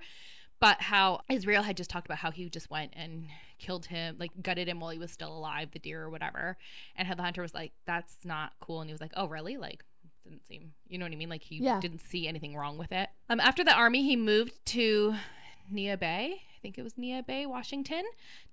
but how israel had just talked about how he just went and killed him like gutted him while he was still alive the deer or whatever and how the hunter was like that's not cool and he was like oh really like didn't seem you know what i mean like he
Yeah.
didn't see anything wrong with it um after the army he moved to nia bay i think it was nia bay washington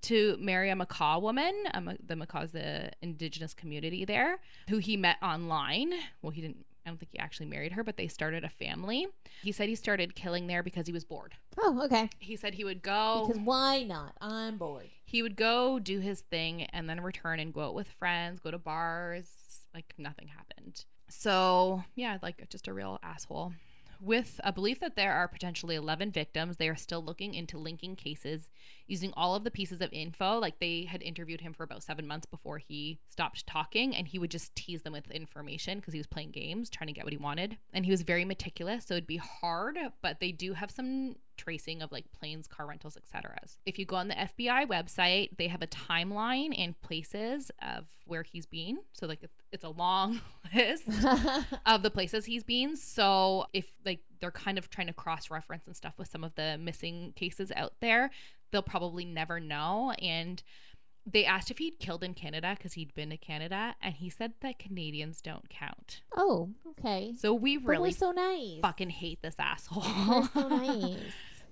to marry a macaw woman um, the macaw is the indigenous community there who he met online well he didn't i don't think he actually married her but they started a family he said he started killing there because he was bored
Oh, okay.
he said he would go
Because why not? I'm bored.
he would go do his thing and then return and go out with friends, go to bars, like nothing happened. So, yeah, like just a real asshole. With a belief that there are potentially 11 victims, they are still looking into linking cases using all of the pieces of info. Like they had interviewed him for about seven months before he stopped talking, and he would just tease them with information because he was playing games, trying to get what he wanted. And he was very meticulous, so it'd be hard. But they do have some tracing of like planes, car rentals, etc. If you go on the FBI website, they have a timeline and places of where he's been. So like it's, it's a long list of the places he's been. So if like they're kind of trying to cross reference and stuff with some of the missing cases out there, they'll probably never know. And they asked if he'd killed in Canada because he'd been to Canada, and he said that Canadians don't count.
oh, okay.
So we
But
really
we're so nice.
fucking hate this asshole.
We're so nice.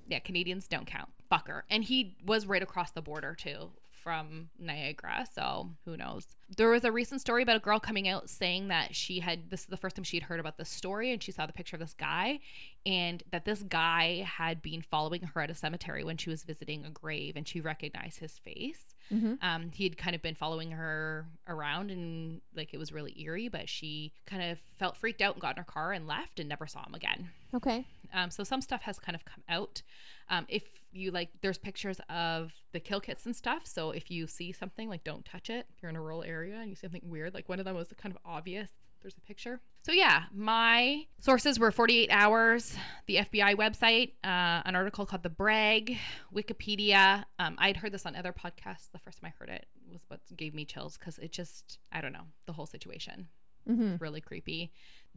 yeah, Canadians don't count. Fucker. And he was right across the border too from Niagara, so who knows. There was a recent story about a girl coming out saying that she had this is the first time she'd heard about this story and she saw the picture of this guy and that this guy had been following her at a cemetery when she was visiting a grave and she recognized his face
Mhm.
um, he had kind of been following her around and like it was really eerie but she kind of felt freaked out and got in her car and left and never saw him again
Okay.
um, so some stuff has kind of come out. Um, if you like, there's pictures of the kill kits and stuff. So if you see something, like don't touch it. If you're in a rural area and you see something weird, like one of them was kind of obvious. There's a picture. So yeah, my sources were 48 hours, the FBI website, uh, an article called The Brag, Wikipedia. Um, I'd heard this on other podcasts. The first time I heard it was what gave me chills because it just, I don't know, the whole situation
Mm-hmm.
really creepy.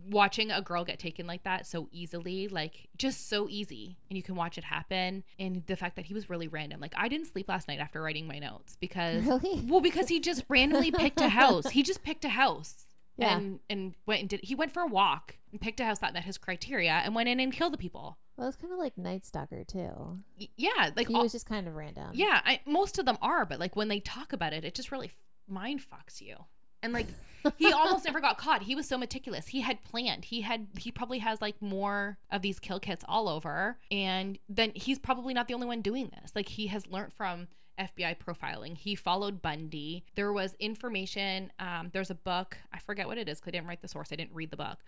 Watching a girl get taken like that so easily, like just so easy, and you can watch it happen. And the fact that he was really random, like I didn't sleep last night after writing my notes because,
Really?
well, because he just randomly picked a house. He just picked a house.
Yeah.
and and went and did he went for a walk and picked a house that met his criteria and went in and killed the people.
Well, it's kind of like Night Stalker too.
Y- Yeah, like
he
all,
was just kind of random.
yeah, I, most of them are, but like when they talk about it, it just really mind fucks you. And like he almost never got caught. He was so meticulous. He had planned. He had he probably has like more of these kill kits all over. And then he's probably not the only one doing this. Like he has learned from FBI profiling. He followed Bundy. There was information. Um, there's a book. I forget what it is because I didn't write the source. I didn't read the book.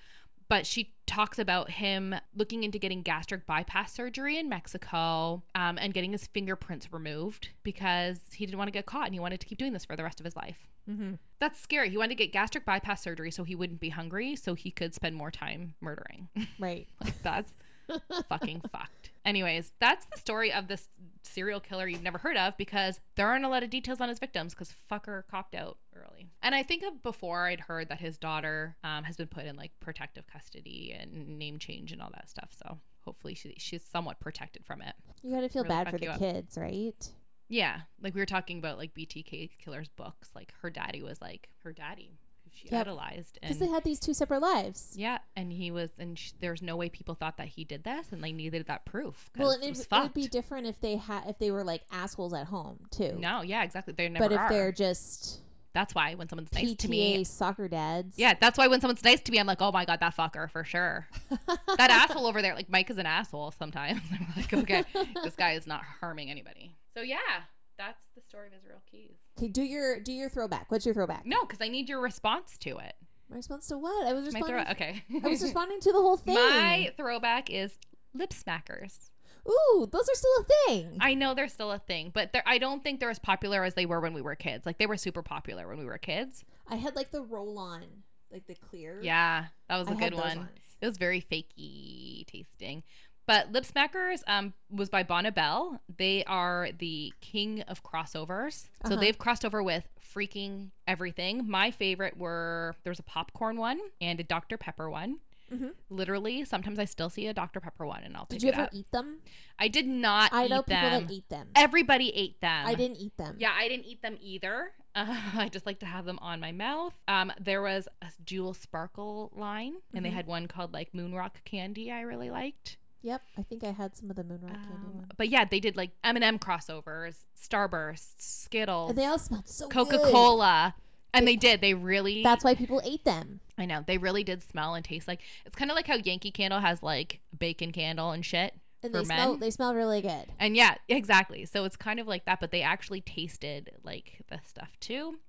But she talks about him looking into getting gastric bypass surgery in Mexico um, and getting his fingerprints removed because he didn't want to get caught and he wanted to keep doing this for the rest of his life.
Mm-hmm.
That's scary. He wanted to get gastric bypass surgery so he wouldn't be hungry, so he could spend more time murdering.
Right.
Like, that's fucking fucked. Anyways, that's the story of this serial killer you've never heard of because there aren't a lot of details on his victims because fucker copped out early. And I think of before I'd heard that his daughter um, has been put in like protective custody and name change and all that stuff. So hopefully she, she's somewhat protected from it.
You gotta feel
Really
bad for
fuck you
the
up.
kids, right?
Yeah, like we were talking about like BTK killer's books. Like her daddy was like her daddy, who she
Yep.
idolized,
Because
and
they had these two separate lives.
yeah, and he was, and sh- there's no way people thought that he did this, and they needed that proof. 'cause
Well, and
it
it,
was
it would
fucked.
be different if they had if they were like assholes at home too.
no, yeah, exactly. They never
but if
are.
they're just
that's why when someone's nice
PTA
to me,
soccer dads,
yeah, that's why when someone's nice to me, I'm like, oh my god, that fucker for sure. that asshole over there, like Mike is an asshole sometimes. I'm like, okay, this guy is not harming anybody. So yeah, that's the story of Israel Keys.
Okay, do your do your throwback. What's your throwback?
No, because I need your response to it.
My response to what? I was
My
responding.
throw- okay.
I was responding to the whole thing.
My throwback is lip smackers.
Ooh, those are still a thing.
I know they're still a thing, but they're, I don't think they're as popular as they were when we were kids. Like they were super popular when we were kids.
I had like the roll on, like the clear.
Yeah, that was
I
a
had
good
those
one.
ones.
It was very fakey tasting. But Lip Smackers um, was by Bonnabelle. They are the king of crossovers. So
Uh-huh.
they've crossed over with freaking everything. My favorite were there was a popcorn one and a Dr. Pepper one.
Mhm.
Literally, sometimes I still see a Dr. Pepper one and I'll pick
Did you
it
ever
up.
eat them?
I did not
I
uh, eat
know people
them.
that eat them.
Everybody ate them.
I didn't eat them.
Yeah, I didn't eat them either. Uh, I just like to have them on my mouth. Um, there was a Jewel Sparkle line, and they
Mhm.
had one called like Moon Rock Candy. I really liked.
Yep. I think I had some of the moon rock candy
Um,
one.
but yeah, they did like M and M crossovers, Starbursts, Skittles,
And they all smelled so good.
Coca Cola, and they did. They really.
That's why people ate them.
I know they really did smell and taste like. It's kind of like how Yankee Candle has like bacon candle and shit.
And
For
they smell
men?
they smell really good.
And yeah, exactly. So it's kind of like that, but they actually tasted like the stuff too.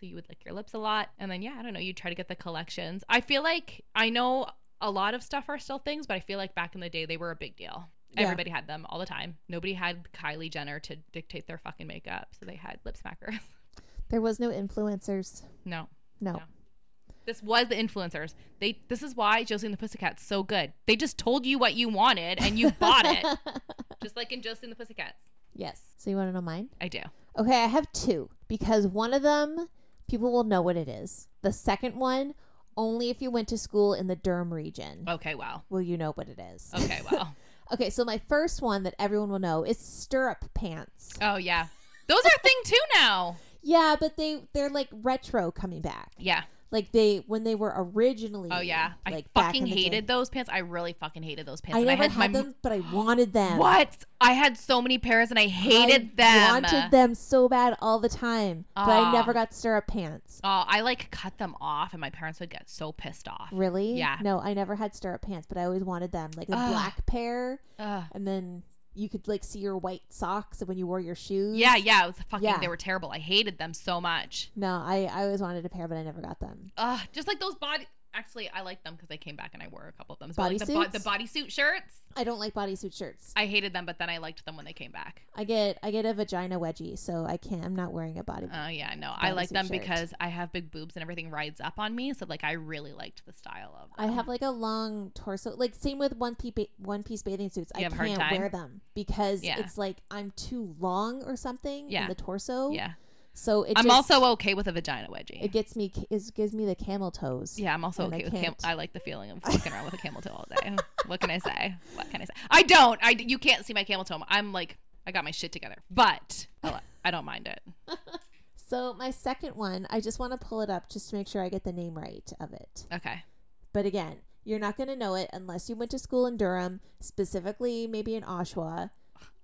So you would lick your lips a lot. And then, yeah, I don't know, you try to get the collections. I feel like I know a lot of stuff are still things, but I feel like back in the day they were a big deal.
Yeah.
Everybody had them all the time. Nobody had Kylie Jenner to dictate their fucking makeup. So they had lip smackers.
There was no influencers.
no.
No.
No. This was the influencers. They this is why Josie and the Pussycat's so good. They just told you what you wanted and you bought it. just like in Josie and the Pussycats.
yes. So you want to know mine?
I do.
Okay, I have two because one of them people will know what it is. The second one only if you went to school in the Durham region
Okay, wow.
will you know what it is.
Okay, wow.
Okay, so my first one that everyone will know is stirrup pants.
Oh yeah. Those are a thing too now.
Yeah, but they they're like retro coming back.
Yeah.
Like they when they were originally.
Oh yeah. I
like back in
fucking
the day.
hated those pants. I really fucking hated those pants.
I
and
never
I
had,
had, my
them, but I wanted them.
What? I had so many pairs and I hated
I
them.
Wanted them so bad all the time, but I
Aw.
never got stirrup pants.
Oh, I like cut them off and my parents would get so pissed off.
Really?
Yeah.
No, I never had stirrup pants, but I always wanted them, like a
Ugh.
black pair,
Ugh.
and then you could like see your white socks when you wore your shoes.
Yeah, yeah, it was fucking
Yeah.
they were terrible. I hated them so much.
No, I I always wanted a pair, but I never got them.
Ugh, just like those body Actually, I liked them because I came back and I wore a couple of them. So like the,
Bodysuits?
the bodysuit shirts,
I don't like bodysuit shirts.
I hated them, but then I liked them when they came back.
I get I get a vagina wedgie, so I can't. I'm not wearing a body.
Oh yeah, no, I
bodysuit
like them
shirt.
because I have big boobs and everything rides up on me. So like, I really liked the style of.
I
them.
have like a long torso. Like same with one piece ba- one piece bathing suits.
You
I
have a hard
can't
time?
wear them because
Yeah.
it's like I'm too long or something
Yeah.
in the torso.
Yeah,
So it
I'm
just-
also okay with a vagina wedgie.
it gets me ca- it gives me the camel toes.
yeah, I'm also
and I
okay with camel.
can't.
I like the feeling of walking around with a camel toe all day. what can I say? What can I say? I don't. I you can't see my camel toe. I'm like, I got my shit together, but I li- I don't mind it.
So my second one, I just want to pull it up just to make sure I get the name right of it.
Okay.
But again, you're not going to know it unless you went to school in Durham, specifically maybe in Oshawa,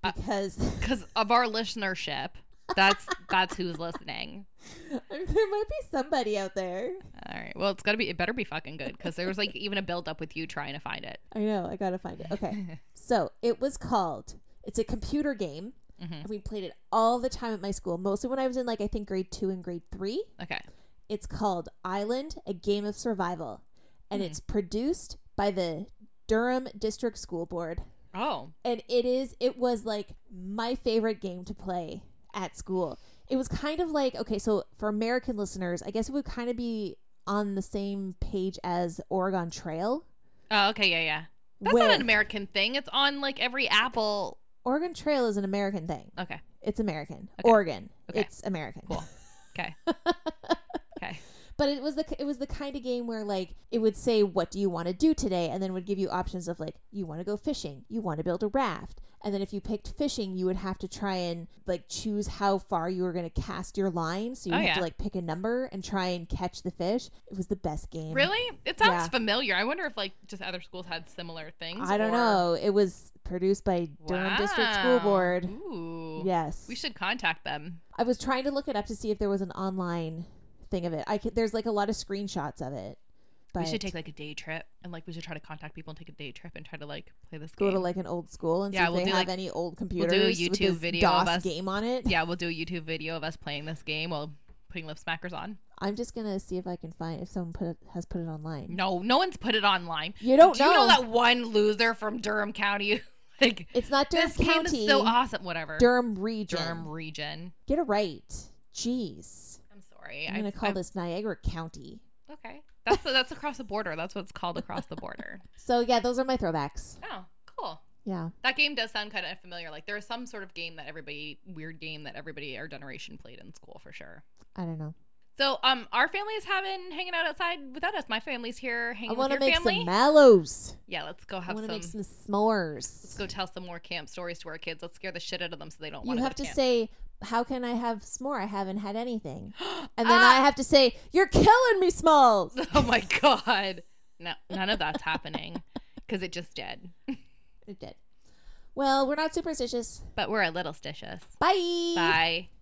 Uh,
because
Because of our listenership, that's that's who's listening.
there might be somebody out there.
All right. Well, it's gotta be. It better be fucking good because there was like even a build up with you trying to find it.
I know. I gotta find it. Okay. so it was called. It's a computer game.
Mhm.
and We played it all the time at my school, mostly when I was in like I think grade two and grade three.
Okay.
It's called Island: A Game of Survival, and
Hmm.
it's produced by the Durham District School Board.
Oh.
And it is. It was like my favorite game to play at school. It was kind of like okay, so for American listeners, I guess it would kind of be on the same page as Oregon Trail.
Oh. Okay. Yeah. Yeah. That's
where-
not an American thing. It's on like every Apple.
Oregon Trail is an American thing.
Okay.
It's American.
Oh. Okay.
Oregon.
Okay.
It's American.
Cool. Okay. okay.
But it was the it was the kind of game where like it would say what do you want to do today and then would give you options of like you want to go fishing, you want to build a raft. And then if you picked fishing, you would have to try and like choose how far you were going to cast your line. So you
Oh,
have
yeah.
to like pick a number and try and catch the fish. It was the best game.
Really? It sounds
Yeah.
familiar. I wonder if like just other schools had similar things.
I don't
or-
know. It was produced by Durham District School
Wow.
Board.
Ooh.
Yes.
We should contact them.
I was trying to look it up to see if there was an online thing of it. I could, there's like a lot of screenshots of it. But
We should take like a day trip and like we should try to contact people and take a day trip and try to like play this
go
game.
to like an old school and see
Yeah,
if
we'll
they
do,
have
like-
any old
do a
computers with
YouTube
this
video of
DOS
us-
game on it.
yeah, we'll do a YouTube video of us playing this game while putting lip smackers on.
I'm just gonna see if I can find if someone put it, has put it online.
No, no one's put it online.
You don't
do you
know.
know that one loser from Durham County? like
It's not Durham
this game
County,
is so awesome. Whatever.
Durham region.
Durham region.
Get it right. Jeez,
I'm sorry.
I'm
I-
gonna call
I-
this Niagara County.
Okay. That's that's across the border. That's what it's called across the border.
So yeah, those are my throwbacks.
Oh, cool.
Yeah,
That game does sound kind of familiar. Like there is some sort of game that everybody weird game that everybody our generation played in school for sure.
I don't know.
So um our families have been hanging out outside without us. My family's here hanging
I want to
with your
make
family.
some mallows.
yeah, let's go
I
have
want
some,
to make some s'mores.
let's go tell some more camp stories to our kids. Let's scare the shit out of them so they don't
you
want
have to
to go
say how can i have s'more i haven't had anything
camp.
and then i
Ah!
have to say you're killing me smalls
Oh my god. No, none of that's happening cuz it just did.
it did well we're not superstitious
But we're a little stitious.
bye
Bye.